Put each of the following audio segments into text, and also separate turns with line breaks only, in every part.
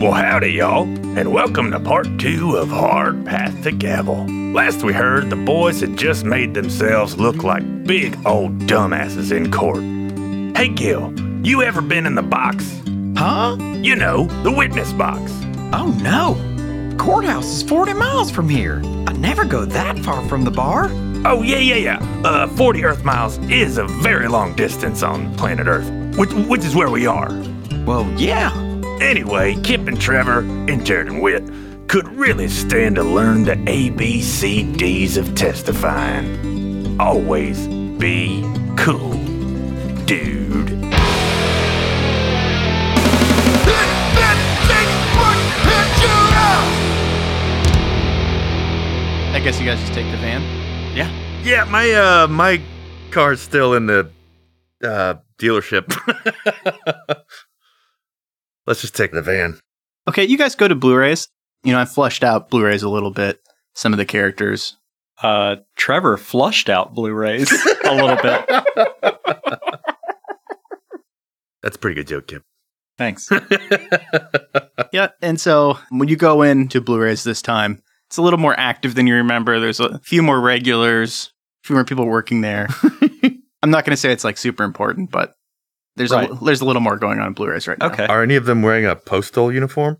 Well, howdy, y'all, and welcome to part two of Hard Path to Gavel. Last we heard, the boys had just made themselves look like big old dumbasses in court. Hey, Gil, you ever been in the box?
Huh?
You know, the witness box.
Oh no! Courthouse is 40 miles from here. I never go that far from the bar.
Oh, yeah, yeah, yeah. Uh, 40 Earth miles is a very long distance on planet Earth, which, which is where we are.
Well, yeah.
Anyway, Kip and Trevor and Jared and Whit could really stand to learn the ABCDs of testifying. Always be cool, dude.
I guess you guys just take the van.
Yeah, my uh my car's still in the uh dealership. Let's just take the van.
Okay, you guys go to Blu-rays. You know, I flushed out Blu-rays a little bit. Some of the characters.
uh, Trevor flushed out Blu-rays a little bit.
That's a pretty good joke, Kip.
Thanks.
Yeah, and so when you go into Blu-rays this time, it's a little more active than you remember. There's a few more regulars, a few more people working there. I'm not going to say it's like super important, but there's
Right.
a, there's a little more going on in Blu-rays right now.
Okay.
Are any of them wearing a postal uniform?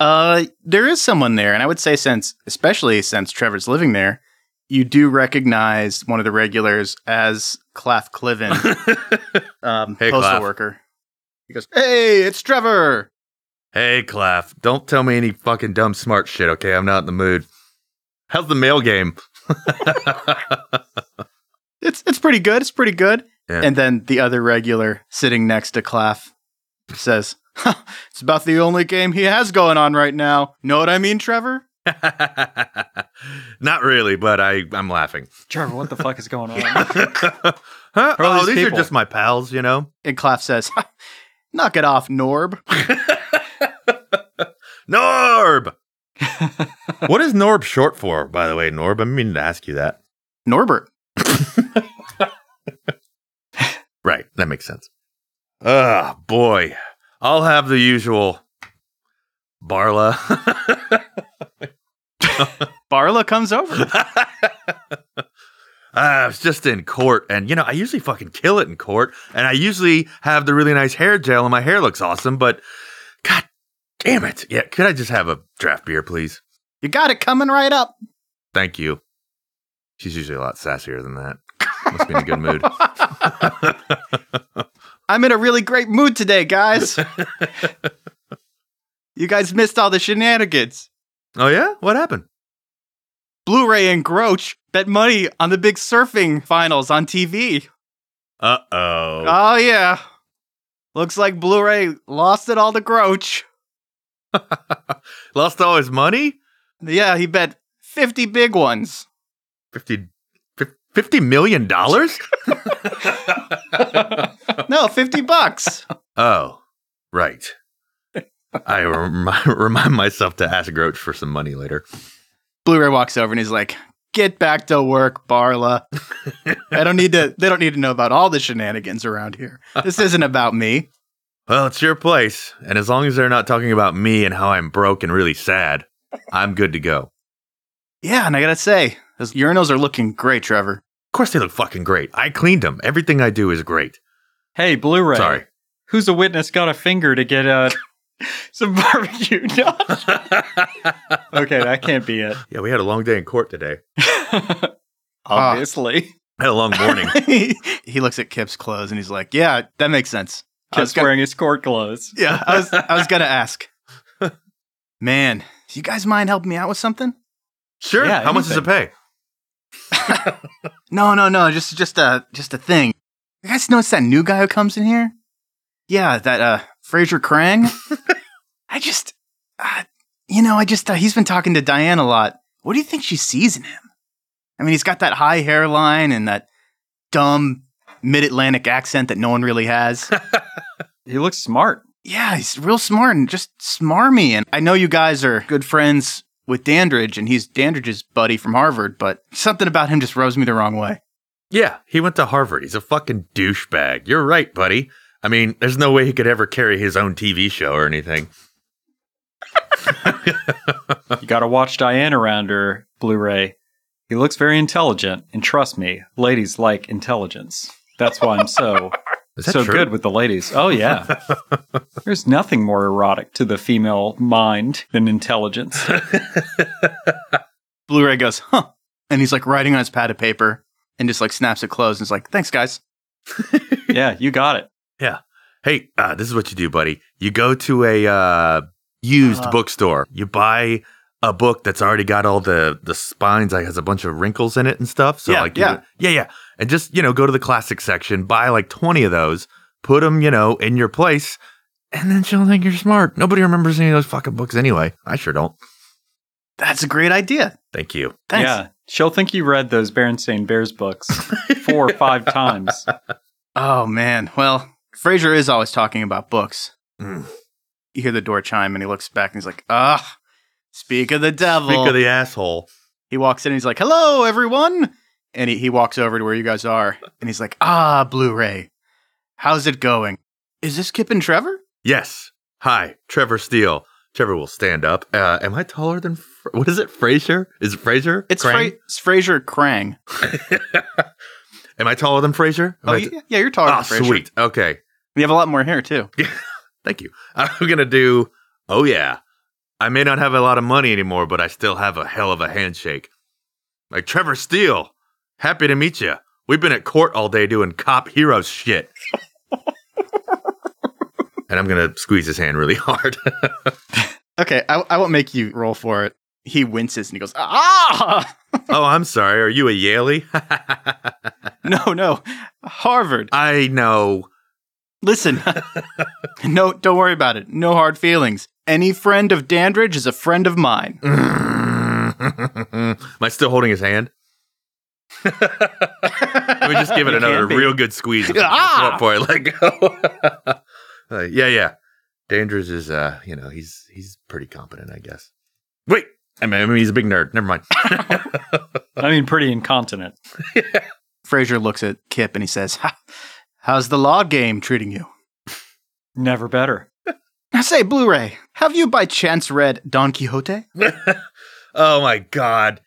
Uh, there is someone there, and I would say since, especially since Trevor's living there, you do recognize one of the regulars as Clath Cliven, um,
Hey,
postal
Clath.
worker. He goes, "Hey, it's Trevor."
Hey, Claff, don't tell me any fucking dumb smart shit, okay? I'm not in the mood. How's the mail game?
It's it's pretty good. It's pretty good.
Yeah.
And then the other regular sitting next to Claff says, "Huh, "It's about the only game he has going on right now." Know what I mean, Trevor?
not really, but I I'm laughing.
Trevor, what the fuck is going on?
huh?
are
Oh,
these
these
people?
are just my pals, you know.
And Claff says, "Huh, "Knock it off, Norb."
Norb. what is Norb short for, by the way, Norb? I'm meaning to ask you that.
Norbert.
Right. That makes sense. Ah, boy. I'll have the usual Barla.
Barla comes over.
I was Ah, just in court, and you know, I usually fucking kill it in court, and I usually have the really nice hair gel, and my hair looks awesome, but god damn it. Yeah, could I just have a draft beer, please?
You got it coming right up.
Thank you. She's usually a lot sassier than that. Must be in a good mood.
I'm in a really great mood today, guys. you guys missed all the shenanigans.
Oh, yeah? What happened?
Blu ray and Groach bet money on the big surfing finals on TV.
Uh oh.
Oh, yeah. Looks like Blu ray lost it all to Groach.
Lost all his money?
Yeah, he bet 50 big ones.
50, fif- 50 million dollars?
No, 50 bucks.
Oh, right. I remi- remind myself to ask Groach for some money later.
Blu ray walks over and he's like, Get back to work, Barla. I don't need to they don't need to know about all the shenanigans around here. This isn't about me.
Well, it's your place, and as long as they're not talking about me and how I'm broke and really sad, I'm good to go. Of
Yeah, and I gotta say, those urinals are looking great, Trevor.
course, they look fucking great. I cleaned them. Everything I do is great.
hey, Blu-ray.
Sorry.
Who's a witness got a finger to get uh, some barbecue done? okay, that can't be it.
Yeah, we had a long day in court today.
Ah.
Oh. Obviously.
Had a long morning.
he looks at Kip's clothes and he's like, "Yeah, that makes sense." I was
Kip's
gonna,
wearing his court clothes.
yeah, I was, I was gonna ask. Man, do you guys mind helping me out with something?
Sure.
Yeah,
how much does it pay?
No, no, no, just just a just a thing. You guys notice that new guy who comes in here? Yeah, that uh Fraser Krang. I just, uh, you know, I just uh, he's been talking to Diane a lot. What do you think she sees in him? I mean, he's got that high hairline and that dumb mid-Atlantic accent that no one really has.
He looks smart.
yeah, he's real smart and just smarmy. And I know you guys are good friends with Dandridge, and he's Dandridge's buddy from Harvard, but something about him just rubs me the wrong way.
Yeah, he went to Harvard. He's a fucking douchebag. You're right, buddy. I mean, there's no way he could ever carry his own TV show or anything.
You got to watch Diane around her Blu ray. He looks very intelligent, and trust me, ladies like intelligence. That's why I'm so
Is that
so
true?
good with the ladies. Oh yeah. There's nothing more erotic to the female mind than intelligence.
Blu-ray goes, huh? And he's like writing on his pad of paper and just like snaps it closed and is like, thanks guys.
yeah, you got it.
Hey, uh, this is what you do, buddy. You go to a uh, used
Uh.
bookstore. You buy a book that's already got all the the spines, like has a bunch of wrinkles in it and stuff. So
Yeah,
like, you-
yeah.
yeah, yeah, and just you know, go to the classic section, buy like twenty of those, put them, you know, in your place, and then she'll think you're smart. Nobody remembers any of those fucking books anyway. I sure don't.
That's a great idea.
Thank you.
Thanks.
Yeah. She'll think you read those Berenstain Bears books four or five times.
Oh man. Well, Fraser is always talking about books.
Mm.
You hear the door chime and he looks back and he's like, ah, speak of the devil.
Speak of the asshole.
he walks in and he's like, hello, everyone. And he, he walks over to where you guys are and he's like, ah, Blu-ray, how's it going? Is this Kip and Trevor?
Yes. Hi, Trevor Steele. Trevor will stand up. Uh, am I taller than Fra- what is it? Fraser? Is it Fraser?
It's, Fra-
Crane?
it's Fraser Krang.
Am I taller than Fraser? Am
Oh,
I-
yeah, yeah, you're talking
Ah,
to Fraser.
sweet. Okay.
You have a lot more hair too.
Thank you. I'm going to do, oh, yeah. I may not have a lot of money anymore, but I still have a hell of a handshake. Like Trevor Steele, happy to meet you. We've been at court all day doing cop hero shit. and I'm going to squeeze his hand really hard.
Okay, I, I won't make you roll for it. He winces and he goes, ah!
oh, I'm sorry. Are you a Yaley?
No, no, Harvard.
I know.
Listen, no, don't worry about it. No hard feelings. Any friend of Dandridge is a friend of mine.
Am I still holding his hand? Let me just give it
You
another
can't be.
real good squeeze
Ah!
before I let go. Uh, yeah, yeah. Dandridge is, uh, you know, he's he's pretty competent, I guess. Wait, I mean, I mean he's a big nerd. Never mind.
I mean pretty incontinent.
Fraser looks at Kip and he says, ha, "How's the law game treating you?"
Never better.
Now say, Blu-ray, have you by chance read Don Quixote?
oh my god,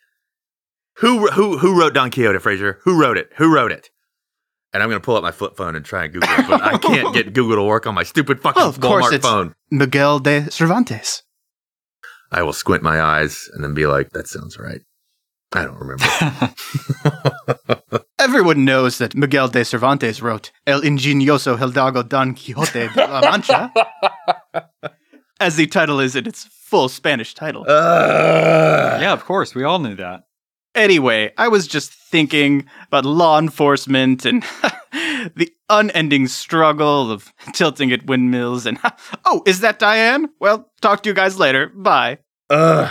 who who who wrote Don Quixote, Fraser? Who wrote it? Who wrote it? And I'm gonna pull up my flip phone and try and Google it, but I can't get Google to work on my stupid fucking
Oh, of course
Walmart
it's-
phone.
Miguel de Cervantes.
I will squint my eyes and then be like, that sounds right. I don't remember.
Everyone knows that Miguel de Cervantes wrote El Ingenioso Hidalgo Don Quixote de la Mancha, as the title is in its full Spanish title.
Ugh.
Yeah, of course. We all knew that.
Anyway, I was just thinking about law enforcement and the unending struggle of tilting at windmills and oh, is that Diane? Well, talk to you guys later. Bye.
Ugh.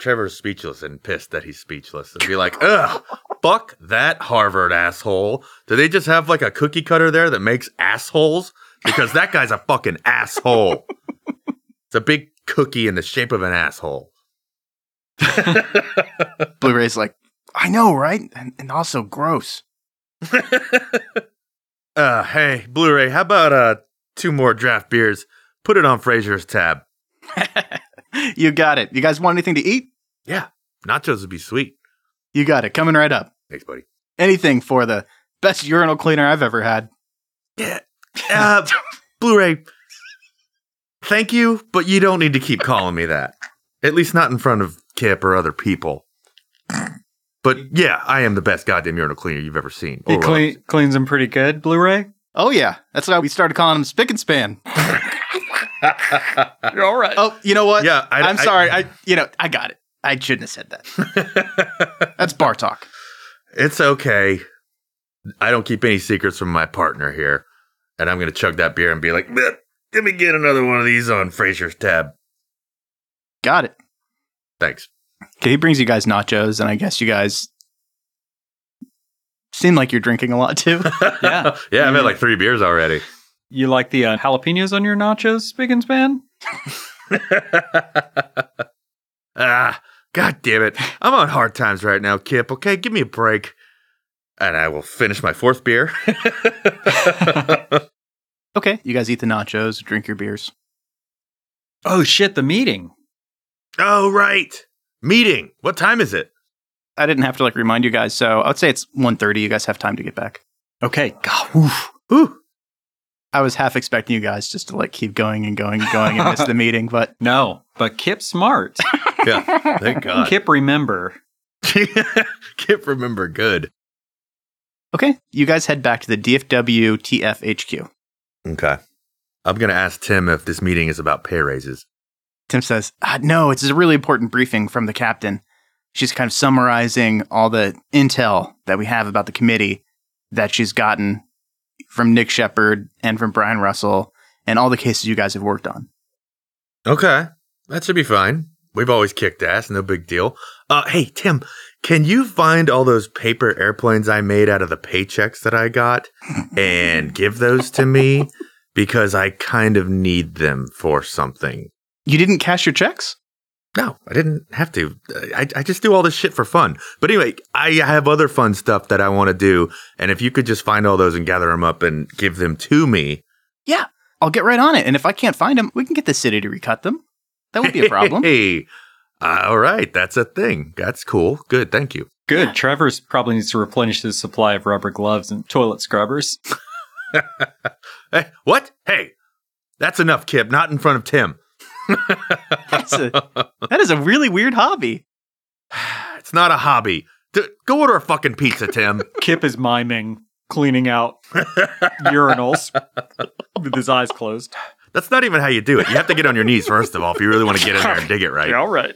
Trevor's speechless and pissed that he's speechless and be like, ugh, fuck that Harvard asshole. Do they just have like a cookie cutter there that makes assholes? Because that guy's a fucking asshole. It's a big cookie in the shape of an asshole.
Blu-ray's like, I know, right? And, and also gross.
Uh, hey, Blu-ray, how about uh two more draft beers? Put it on Fraser's tab.
You got it. You guys want anything to eat?
Nachos would be sweet.
You got it. Coming right up.
Thanks, buddy.
Anything for the best urinal cleaner I've ever had.
Uh, Blu-ray. Thank you, but you don't need to keep calling me that. At least not in front of Kip or other people. But yeah, I am the best goddamn urinal cleaner you've ever seen. Oh,
He
Or
clean, cleans them pretty good, Blu-ray.
Oh yeah, that's why we started calling him Spick and Span.
You're all right.
Oh, you know what?
Yeah, I-
I, am
I-
sorry. I, you know, I got it. I shouldn't have said that. that's bar talk.
It's okay. I don't keep any secrets from my partner here. And I'm going to chug that beer and be like, "Bleh, let me get another one of these on Fraser's tab.
Got it.
Thanks.
Okay, he brings you guys nachos, and I guess you guys seem like you're drinking a lot too.
Yeah.
yeah, I've had like three beers already.
You like the uh, jalapenos on your nachos, Spick and Span?
ah, god damn it. I'm on hard times right now, Kip. Okay, give me a break. And I will finish my fourth beer.
okay, you guys eat the nachos, drink your beers.
Oh shit, the meeting.
Oh, right. Meeting. What time is it?
I didn't have to like remind you guys, so I would say it's 1.30. You guys have time to get back.
Okay. God, oof.
Whew.
I was half expecting you guys just to like keep going and going and going and miss the meeting, but
No, but Kip smart.
Yeah. Thank God.
Kip remember.
Kip remember good.
okay. You guys head back to the DFW TFHQ.
Okay. I'm going to ask Tim if this meeting is about pay raises.
Tim says, ah, No, it's a really important briefing from the captain. She's kind of summarizing all the intel that we have about the committee that she's gotten from Nick Shepard and from Brian Russell and all the cases you guys have worked on.
Okay. That should be fine. We've always kicked ass. No big deal. Uh, hey, Tim, can you find all those paper airplanes I made out of the paychecks that I got and give those to me? Because I kind of need them for something.
You didn't cash your checks?
No, I didn't have to. I, I just do all this shit for fun. But anyway, I have other fun stuff that I want to do. And if you could just find all those and gather them up and give them to me.
Yeah, I'll get right on it. And if I can't find them, we can get the city to recut them. That won't be a problem.
Hey, uh, all right. That's a thing. That's cool. Good. Thank you.
Good. Trevor's probably needs to replenish his supply of rubber gloves and toilet scrubbers.
Hey, what? Hey, that's enough, Kip. Not in front of Tim.
That's a, that is a really weird hobby.
It's not a hobby. D- go order a fucking pizza, Tim.
Kip is miming cleaning out urinals with his eyes closed.
that's not even how you do it. You have to get on your knees, first of all, if you really want to get in there and dig it right.
all right.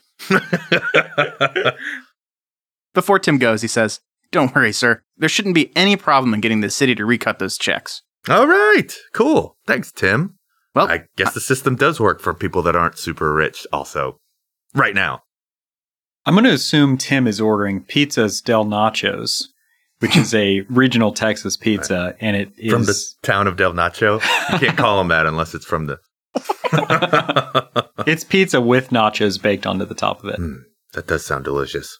Before Tim goes, he says, Don't worry, sir. There shouldn't be any problem in getting the city to recut those checks.
All right. Cool. Thanks, Tim.
Well,
I guess the system does work for people that aren't super rich, also. Right now.
I'm going to assume Tim is ordering pizzas del Nachos, which is a regional Texas pizza, and it is
From the town of Del Nacho. You can't call them that unless it's from the.
it's pizza with nachos baked onto the top
Mm.
of it.
That does sound delicious.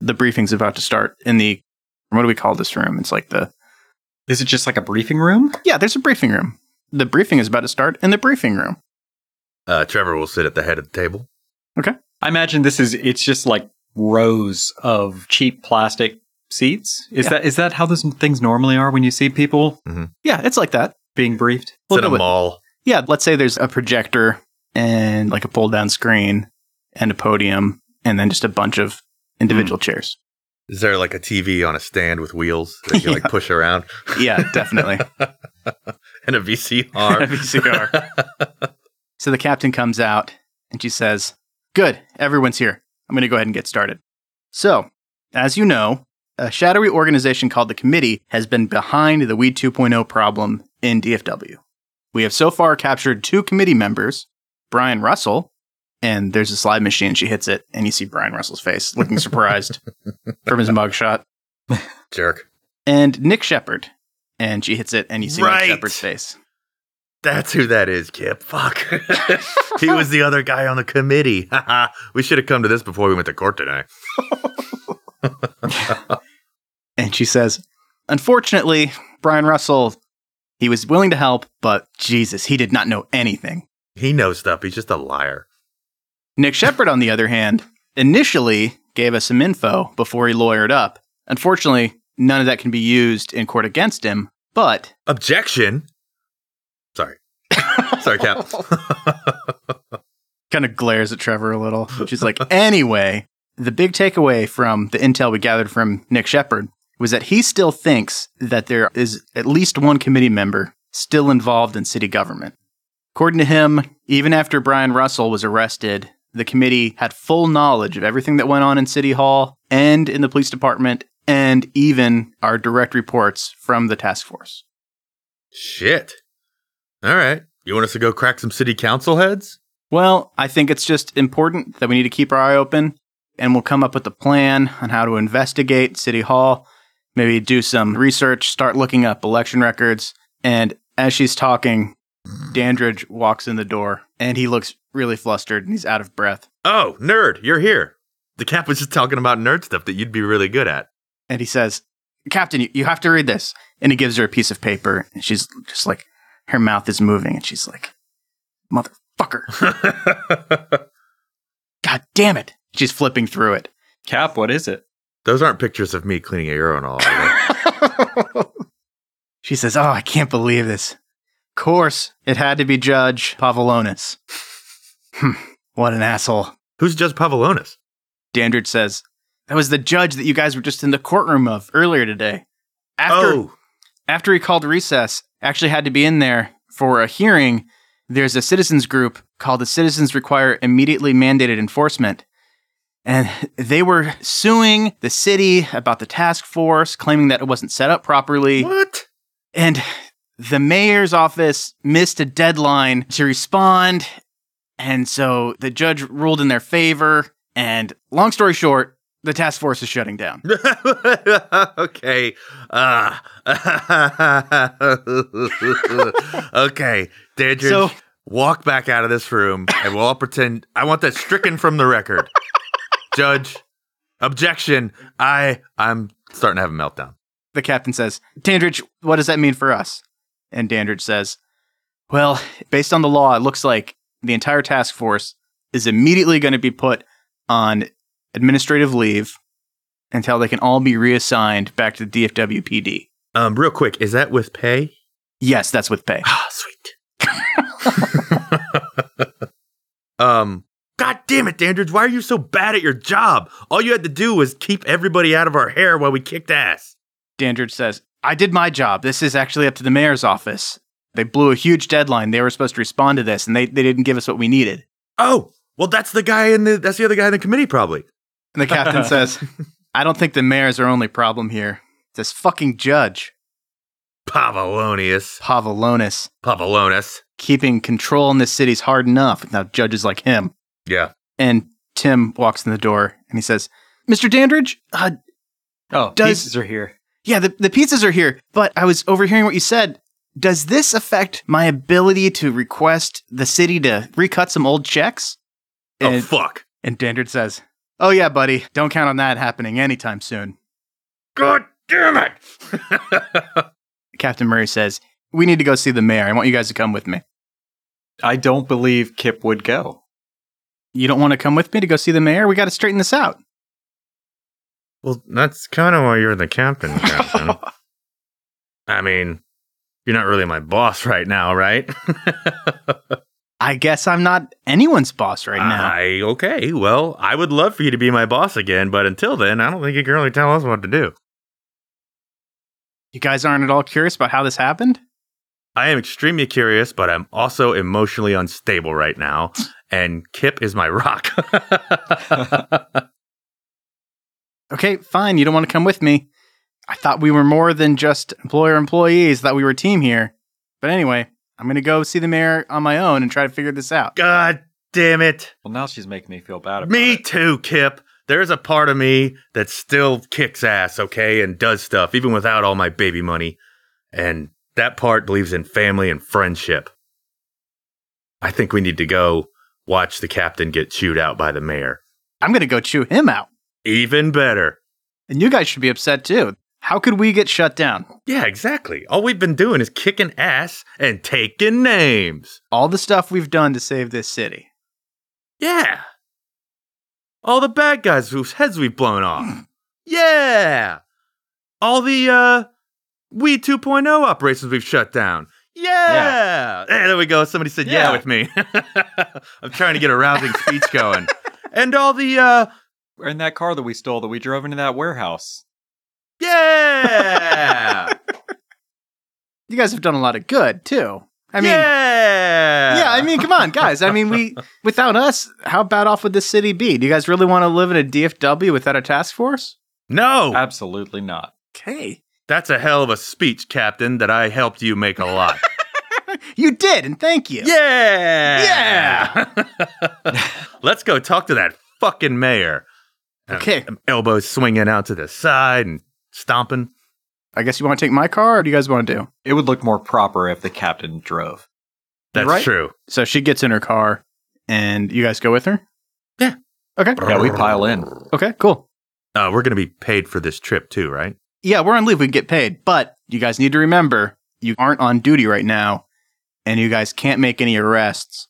the briefing's about to start in the what do we call this room? It's like the
Is it just like a briefing room?
yeah, there's a briefing room. The briefing is about to start in the briefing room.
Uh, Trevor will sit at the head of the table.
I imagine this is it's just like rows of cheap plastic seats. Is
Yeah.
that is that how those things normally are when you see people
Yeah, it's like that.
being briefed?
We'll
Sit in
do
a
it.
mall.
Yeah, let's say there's a projector and like a pull down screen and a podium and then just a bunch of
Hmm.
individual chairs.
Is there like a TV on a stand with wheels that you like push around
Yeah, definitely.
and a VCR?
VCR. so the captain comes out and she says, Good, everyone's here. I'm going to go ahead and get started. So, as you know, a shadowy organization called the Committee has been behind the Weed 2.0 problem in DFW. We have so far captured two committee members, Brian Russell, and there's a slide machine. She hits it, and you see Brian Russell's face looking surprised from his mugshot,
Jerk.
and Nick Shepard. And she hits it, and you see
Right.
Nick Shepard's face.
That's who that is, Kip. Fuck. he was the other guy on the committee. Haha. we should have come to this before we went to court today.
And she says, Unfortunately, Brian Russell, he was willing to help, but Jesus, he did not know anything.
He knows stuff. He's just a liar.
Nick Shepard, on the other hand, initially gave us some info before he lawyered up. Unfortunately, none of that can be used in court against him, but
Objection. Sorry. Sorry, Cap.
kind of glares at Trevor a little. She's like, Anyway, the big takeaway from the intel we gathered from Nick Shepard was that he still thinks that there is at least one committee member still involved in city government. According to him, even after Brian Russell was arrested, the committee had full knowledge of everything that went on in City Hall and in the police department and even our direct reports from the task force.
Shit. All right. You want us to go crack some city council heads?
Well, I think it's just important that we need to keep our eye open and we'll come up with a plan on how to investigate City Hall, maybe do some research, start looking up election records. And as she's talking, Dandridge walks in the door and he looks really flustered and he's out of breath.
Oh, nerd, you're here. The Cap was just talking about nerd stuff that you'd be really good at.
And he says, Captain, you, you have to read this. And he gives her a piece of paper and she's just like, her mouth is moving and she's like, Mother fucker. God damn it. She's flipping through it.
Cap, what is it?
Those aren't pictures of me cleaning a urinal. are
she says, Oh, I can't believe this. Of course, it had to be Judge Pavlonis. Hmm, what an asshole.
they? Who's Judge Pavlonis?
Dandridge says, That was the judge that you guys were just in the courtroom of earlier today. After,
oh,
after he called recess, actually had to be in there for a hearing. There's a citizens group called the Citizens Require Immediately Mandated Enforcement. And they were suing the city about the task force, claiming that it wasn't set up properly.
what?
And the mayor's office missed a deadline to respond. And so the judge ruled in their favor. And long story short, the task force is shutting down.
okay. Uh, okay, Dandridge,
So-
walk back out of this room and we'll all pretend. I want that stricken from the record. Judge, objection. I, I'm starting to have a meltdown.
The captain says, Dandridge, what does that mean for us? And Dandridge says, Well, based on the law, it looks like the entire task force is immediately going to be put on administrative leave until they can all be reassigned back to the DFWPD.
Um, real quick, is that with pay?
Yes, that's with pay.
Ah, sweet. um, God damn it, Dandridge, why are you so bad at your job? All you had to do was keep everybody out of our hair while we kicked ass.
Dandridge says, I did my job. This is actually up to the mayor's office. They blew a huge deadline. They were supposed to respond to this, and they, they didn't give us what we needed.
Oh, well, that's the guy in the that's the other guy in the committee, probably.
And the captain says, I don't think the mayor is our only problem here. This fucking judge,
Pavolonius,
Pavlonis,
Pavolonus.
keeping control in this city's hard enough without judges like him.
Yeah.
And Tim walks in the door and he says, Mr. Dandridge, uh,
Oh,
Does-
pieces are here.
yeah, the, the pizzas are here, but I was overhearing what you said. Does this affect my ability to request the city to recut some old checks?
Oh
And-
fuck.
And Dandridge says, Oh, yeah, buddy. Don't count on that happening anytime soon.
God damn it.
Captain Murray says, We need to go see the mayor. I want you guys to come with me.
I don't believe Kip would go.
You don't want to come with me to go see the mayor? We got to straighten this out.
Well, that's kind of why you're the captain, Captain. I mean, you're not really my boss right now, right?
I guess I'm not anyone's boss right now.
I, okay, well, I would love for you to be my boss again, but until then, I don't think you can really tell us what to do.
You guys aren't at all curious about how this happened?
I am extremely curious, but I'm also emotionally unstable right now, and Kip is my rock.
Okay, fine. You don't want to come with me. I thought we were more than just employer employees, that we were a team here. But anyway, I'm going to go see the mayor on my own and try to figure this out.
God damn it.
Well, now she's making me feel bad about
Me
it.
too, Kip. There's a part of me that still kicks ass, okay, and does stuff, even without all my baby money. And that part believes in family and friendship. I think we need to go watch the captain get chewed out by the mayor.
I'm going to go chew him out.
Even better.
And you guys should be upset too. How could we get shut down?
Yeah, exactly. All we've been doing is kicking ass and taking names.
All the stuff we've done to save this city.
Yeah. All the bad guys whose heads we've blown
Hmm.
off. Yeah. All the uh We 2.0 operations we've shut down. Yeah. Eh, there we go. Somebody said yeah,
Yeah.
with me. I'm trying to get a rousing speech going. And all the uh
We're in that car that we stole that we drove into that warehouse.
yeah.
You guys have done a lot of good too. I mean,
yeah.
yeah, I mean, come on, guys. I mean, we without us, how bad off would this city be? Do you guys really want to live in a DFW without a task force?
Oh.
No.
Absolutely not.
Okay.
That's a hell of a speech, Captain, that I helped you make a lot.
You did, and thank you.
Yeah. Yeah. Let's go talk to that fucking mayor.
Okay.
Um, elbows swinging out to the side and stomping.
I guess you want to take my car, or do you guys want to do?
It would look more proper if the captain drove.
That's
Right.
true.
So she gets in her car, and you guys go with her?
Yeah.
Okay.
Yeah, we pile in.
Okay, cool.
Uh, we're going to be paid for this trip too, right?
Yeah, we're on leave. We get paid, but you guys need to remember you aren't on duty right now, and you guys can't make any arrests.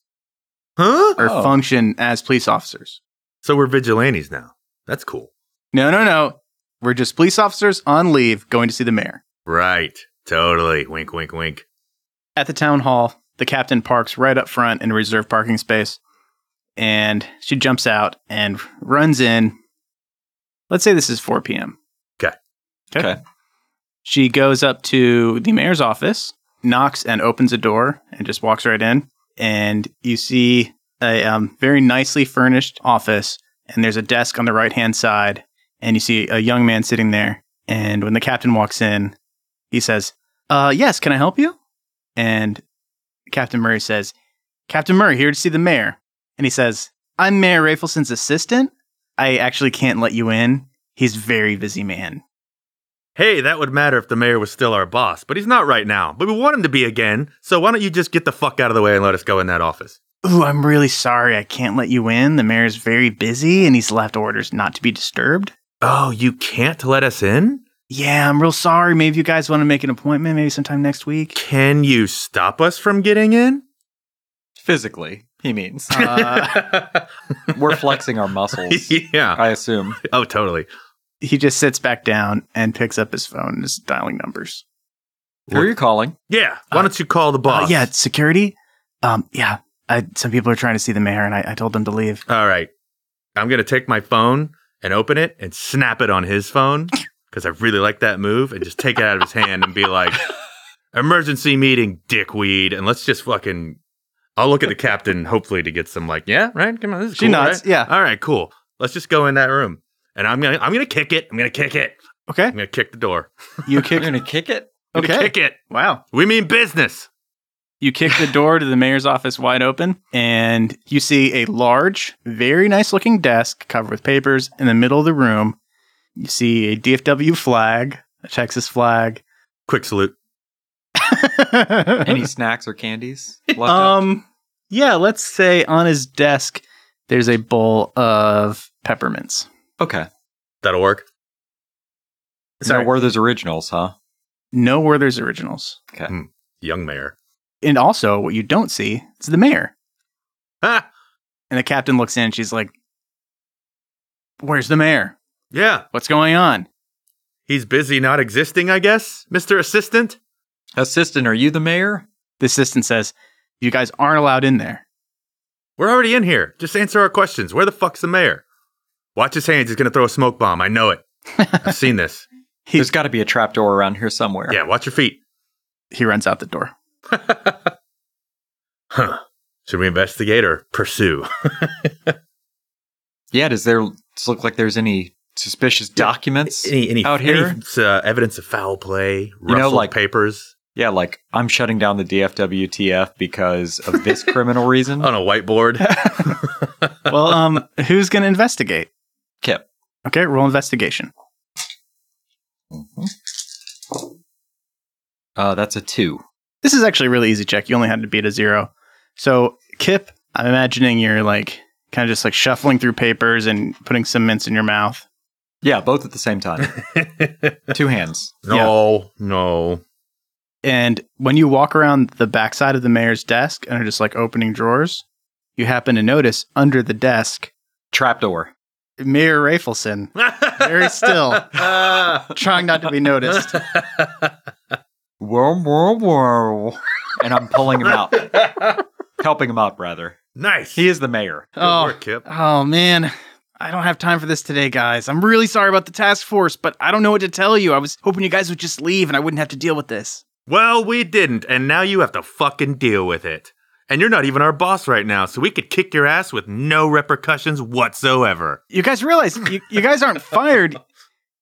Huh?
or
Oh.
function as police officers.
So we're vigilantes now. That's cool.
No, no, no. We're just police officers on leave going to see the mayor.
Right. Totally. Wink, wink, wink.
At the town hall, the captain parks right up front in a reserved parking space, and she jumps out and runs in. Let's say this is 4 p.m.
'Kay.
'Kay?
Okay.
She goes up to the mayor's office, knocks and opens a door, and just walks right in. And you see a um, very nicely furnished office, and there's a desk on the right hand side, and you see a young man sitting there. And when the captain walks in, he says, uh, Yes, can I help you? And Captain Murray says, Captain Murray, here to see the mayor. And he says, I'm Mayor Rafelson's assistant. I actually can't let you in. He's very busy man.
Hey, that would matter if the mayor was still our boss, but he's not right now. But we want him to be again. So why don't you just get the fuck out of the way and let us go in that office?
Ooh, I'm really sorry. I can't let you in. The mayor's very busy and he's left orders not to be disturbed.
Oh, you can't let us in?
Yeah, I'm real sorry. Maybe you guys want to make an appointment maybe sometime next week.
Can you stop us from getting in?
Physically, he means.
Uh,
We're flexing our muscles,
yeah.
I assume.
Oh, totally.
he just sits back down and picks up his phone and is dialing numbers.
Who are you calling?
Yeah. Why don't you call the
Uh,
boss?
yeah, it's security. Um, yeah, I, some people are trying to see the mayor, and I, I told them to leave.
All right. I'm going to take my phone and open it and snap it on his phone because I really like that move and just take it out of his hand and be like, emergency meeting, dickweed. And let's just fucking. I'll look at the captain, hopefully, to get some, like, yeah, right? Come on. This is
She
cool,
nods,
right?
yeah.
All right, cool. Let's just go in that room. And I'm gonna, I'm gonna kick it. I'm gonna kick it.
Okay,
I'm gonna kick the door.
you
You're
kick.
going to kick it?
I'm gonna
Okay.
kick it.
wow,
We mean business.
you kick the door to the mayor's office wide open, and you see a large, very nice-looking desk covered with papers in the middle of the room. You see a DFW flag, a Texas flag.
Quick salute.
Any snacks or candies? Left out?
um, yeah, let's say on his desk there's a bowl of peppermints.
Okay.
That'll work.
So
Sorry.
were those originals, huh?
No Werther's originals.
Young mayor.
And also, what you don't see is the mayor.
Ha!
And the captain looks in and she's like, Where's the mayor?
Yeah.
What's going on?
He's busy not existing, I guess, Mr. Assistant.
Assistant, are you the mayor?
The assistant says, You guys aren't allowed in there.
We're already in here. Just answer our questions. Where the fuck's the mayor? Watch his hands. He's going to throw a smoke bomb. I know it. I've seen this.
He,
There's got to be a trapdoor around here somewhere.
Yeah, watch your feet.
he runs out the door.
Huh. Should we investigate or pursue?
Yeah, does there does it look like there's any suspicious documents?
Any, any,
Out here?
any, uh, evidence of foul play,
know,
ruffled
like-
papers
Yeah, like I'm shutting down the DFWTF because of this criminal reason.
Oh.
on a whiteboard?
Well, um, who's going to investigate?
Kip.
Okay, roll investigation.
Uh, that's a two.
This is actually a really easy check. You only had to beat a zero. So, Kip, I'm imagining you're like kind of just like shuffling through papers and putting some mints in your mouth.
Yeah, both at the same time. Two hands.
no, no.
And when you walk around the backside of the mayor's desk and are just like opening drawers, you happen to notice under the desk,
Trapdoor.
Mayor Rafelson Very still. trying not to be noticed.
Whoa, whoa, whoa. And I'm pulling him out, helping him up, rather.
nice.
He is the mayor.
Good
Oh.
work, Kip.
Oh man, I don't have time for this today, guys. I'm really sorry about the task force, but I don't know what to tell you. I was hoping you guys would just leave and I wouldn't have to deal with this.
Well, we didn't, and now you have to fucking deal with it. And you're not even our boss right now, so we could kick your ass with no repercussions whatsoever.
You guys realize you, you guys aren't fired.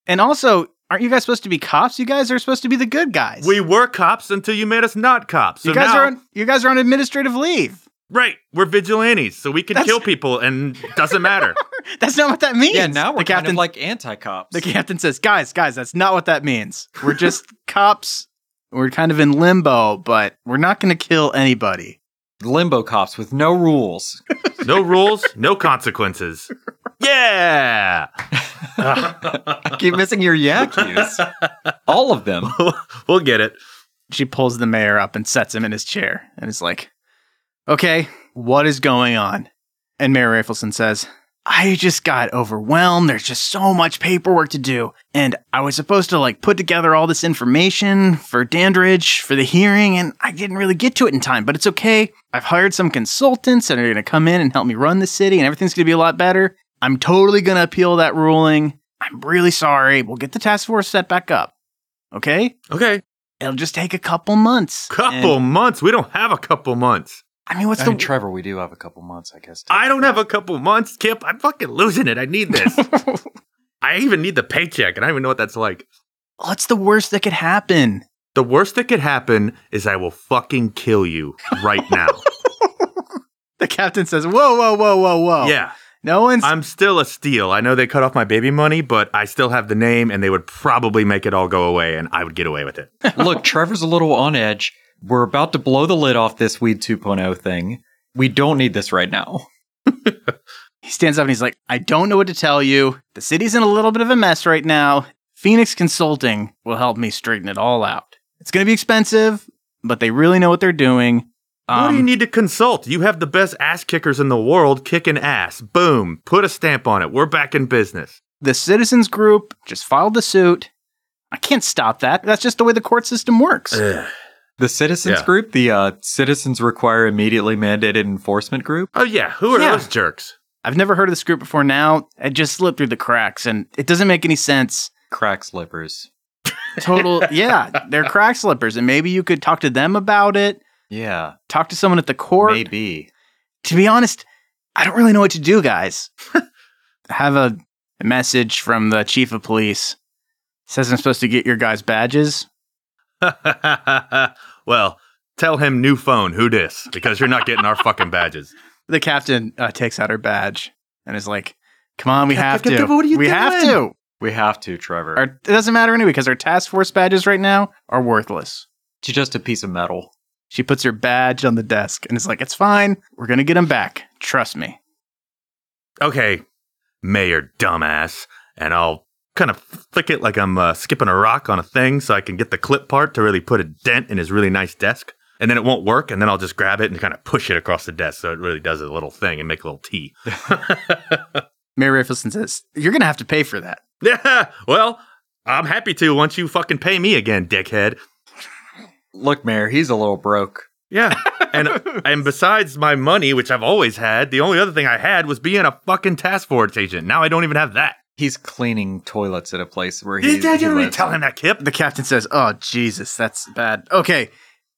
And also, aren't you guys supposed to be cops? You guys are supposed to be the good guys.
We were cops until you made us not cops. So
you guys
now,
are on, you guys are on administrative leave.
right. We're vigilantes, so we can
That's-
kill people, and doesn't matter.
That's not what that means.
Yeah, now we're
the
kind
captain
of like anti cops.
The captain says, "Guys, guys, that's not what that means. We're just cops. We're kind of in limbo, but we're not going to kill anybody."
Limbo cops with no rules.
No rules, no consequences. Yeah.
Keep missing your yaku's. All of them.
we'll get it.
She pulls the mayor up and sets him in his chair and is like, "Okay, what is going on? And Mayor Rafelson says, I just got overwhelmed. There's just so much paperwork to do. And I was supposed to like put together all this information for Dandridge for the hearing, and I didn't really get to it in time, but it's okay. I've hired some consultants that are going to come in and help me run the city, and everything's going to be a lot better. I'm totally going to appeal that ruling. I'm really sorry. We'll get the task force set back up. Okay?
Okay.
It'll just take a couple months.
Couple
And-
months. We don't have a couple months.
I mean, what's
I
the.
mean, Trevor, we do have a couple months, I guess.
I don't have a couple months, Kip. I'm fucking losing it. I need this. I even need the paycheck, and I don't even know what that's like.
what's the worst that could happen?
The worst that could happen is I will fucking kill you right now.
The captain says, "Whoa, whoa, whoa, whoa, whoa!
Yeah.
no one's.
I'm still a steal. I know they cut off my baby money, but I still have the name, and they would probably make it all go away, and I would get away with it.
Look, Trevor's a little on edge. We're about to blow the lid off this Weed 2.0 thing. We don't need this right now.
He stands up and he's like, "I don't know what to tell you. The city's in a little bit of a mess right now. Phoenix Consulting will help me straighten it all out. It's going to be expensive, but they really know what they're doing.
what do you
Um,
need to consult? You have the best ass kickers in the world kicking ass. Boom. Put a stamp on it. We're back in business.
the citizens group just filed the suit. I can't stop that. That's just the way the court system works.
The citizens
Yeah.
group, the uh, citizens require immediately mandated enforcement group.
Oh, yeah. Who are
Yeah.
those jerks?
I've never heard of this group before. Now it just slipped through the cracks, and it doesn't make any sense."
Crack slippers.
total yeah they're crack slippers and maybe you could talk to them about it
Yeah,
talk to someone at the court
maybe.
to be honest i don't really know what to do guys have a message from the chief of police says i'm supposed to get your guys badges
well, tell him new phone, who dis? Because you're not getting our fucking badges.
the captain uh, takes out her badge and is like come on we have to
What are you
we have
doing?
to
We have to, Trevor.
our, it doesn't matter anyway because our task force badges right now are worthless
She's just a piece of metal.
she puts her badge on the desk and is like it's fine we're gonna get them back trust me
Okay, Mayor dumbass, and I'll kind of flick it like I'm uh, skipping a rock on a thing so I can get the clip part to really put a dent in his really nice desk. And then it won't work, and then I'll just grab it and kind of push it across the desk so it really does a little thing and make a little T.
Mary Rafelson says, You're going to have to pay for that.
Yeah, well, I'm happy to once you fucking pay me again, dickhead.
Look, Mayor, he's a little broke.
Yeah. And and besides my money, which I've always had, the only other thing I had was being a fucking task force agent. Now I don't even have that.
He's cleaning toilets at a place where
You
he,
didn't
he
even
lives.
tell him that, Kip.
The captain says, Oh, Jesus, that's bad. Okay,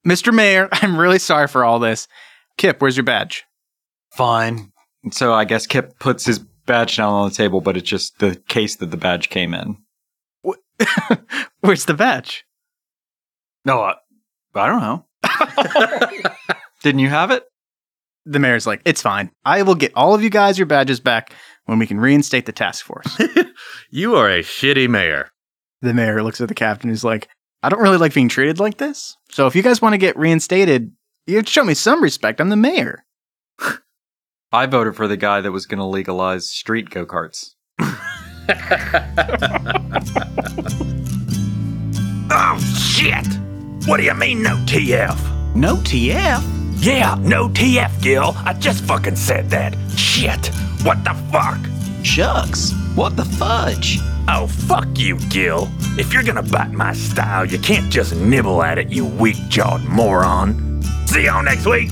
Mr. Mayor, I'm really sorry for all this. Kip, where's your badge?
Fine. And so I guess Kip puts his badge down on the table, but it's just the case that the badge came in.
Where's the badge?
No, I, I don't know. Didn't you have it?
The mayor's like, It's fine. I will get all of you guys your badges back when we can reinstate the task force.
You are a shitty mayor.
the mayor looks at the captain who's like, I don't really like being treated like this. So if you guys want to get reinstated, you have to show me some respect. I'm the mayor.
I voted for the guy that was going to legalize street go karts.
Oh, shit! What do you mean, no TF?
No TF.
Yeah, no TF, Gil. I just fucking said that. Shit! What the fuck?
Shucks. What the fudge?
Oh, fuck you, Gil. If you're gonna bite my style, you can't just nibble at it, you weak jawed moron. See y'all next week.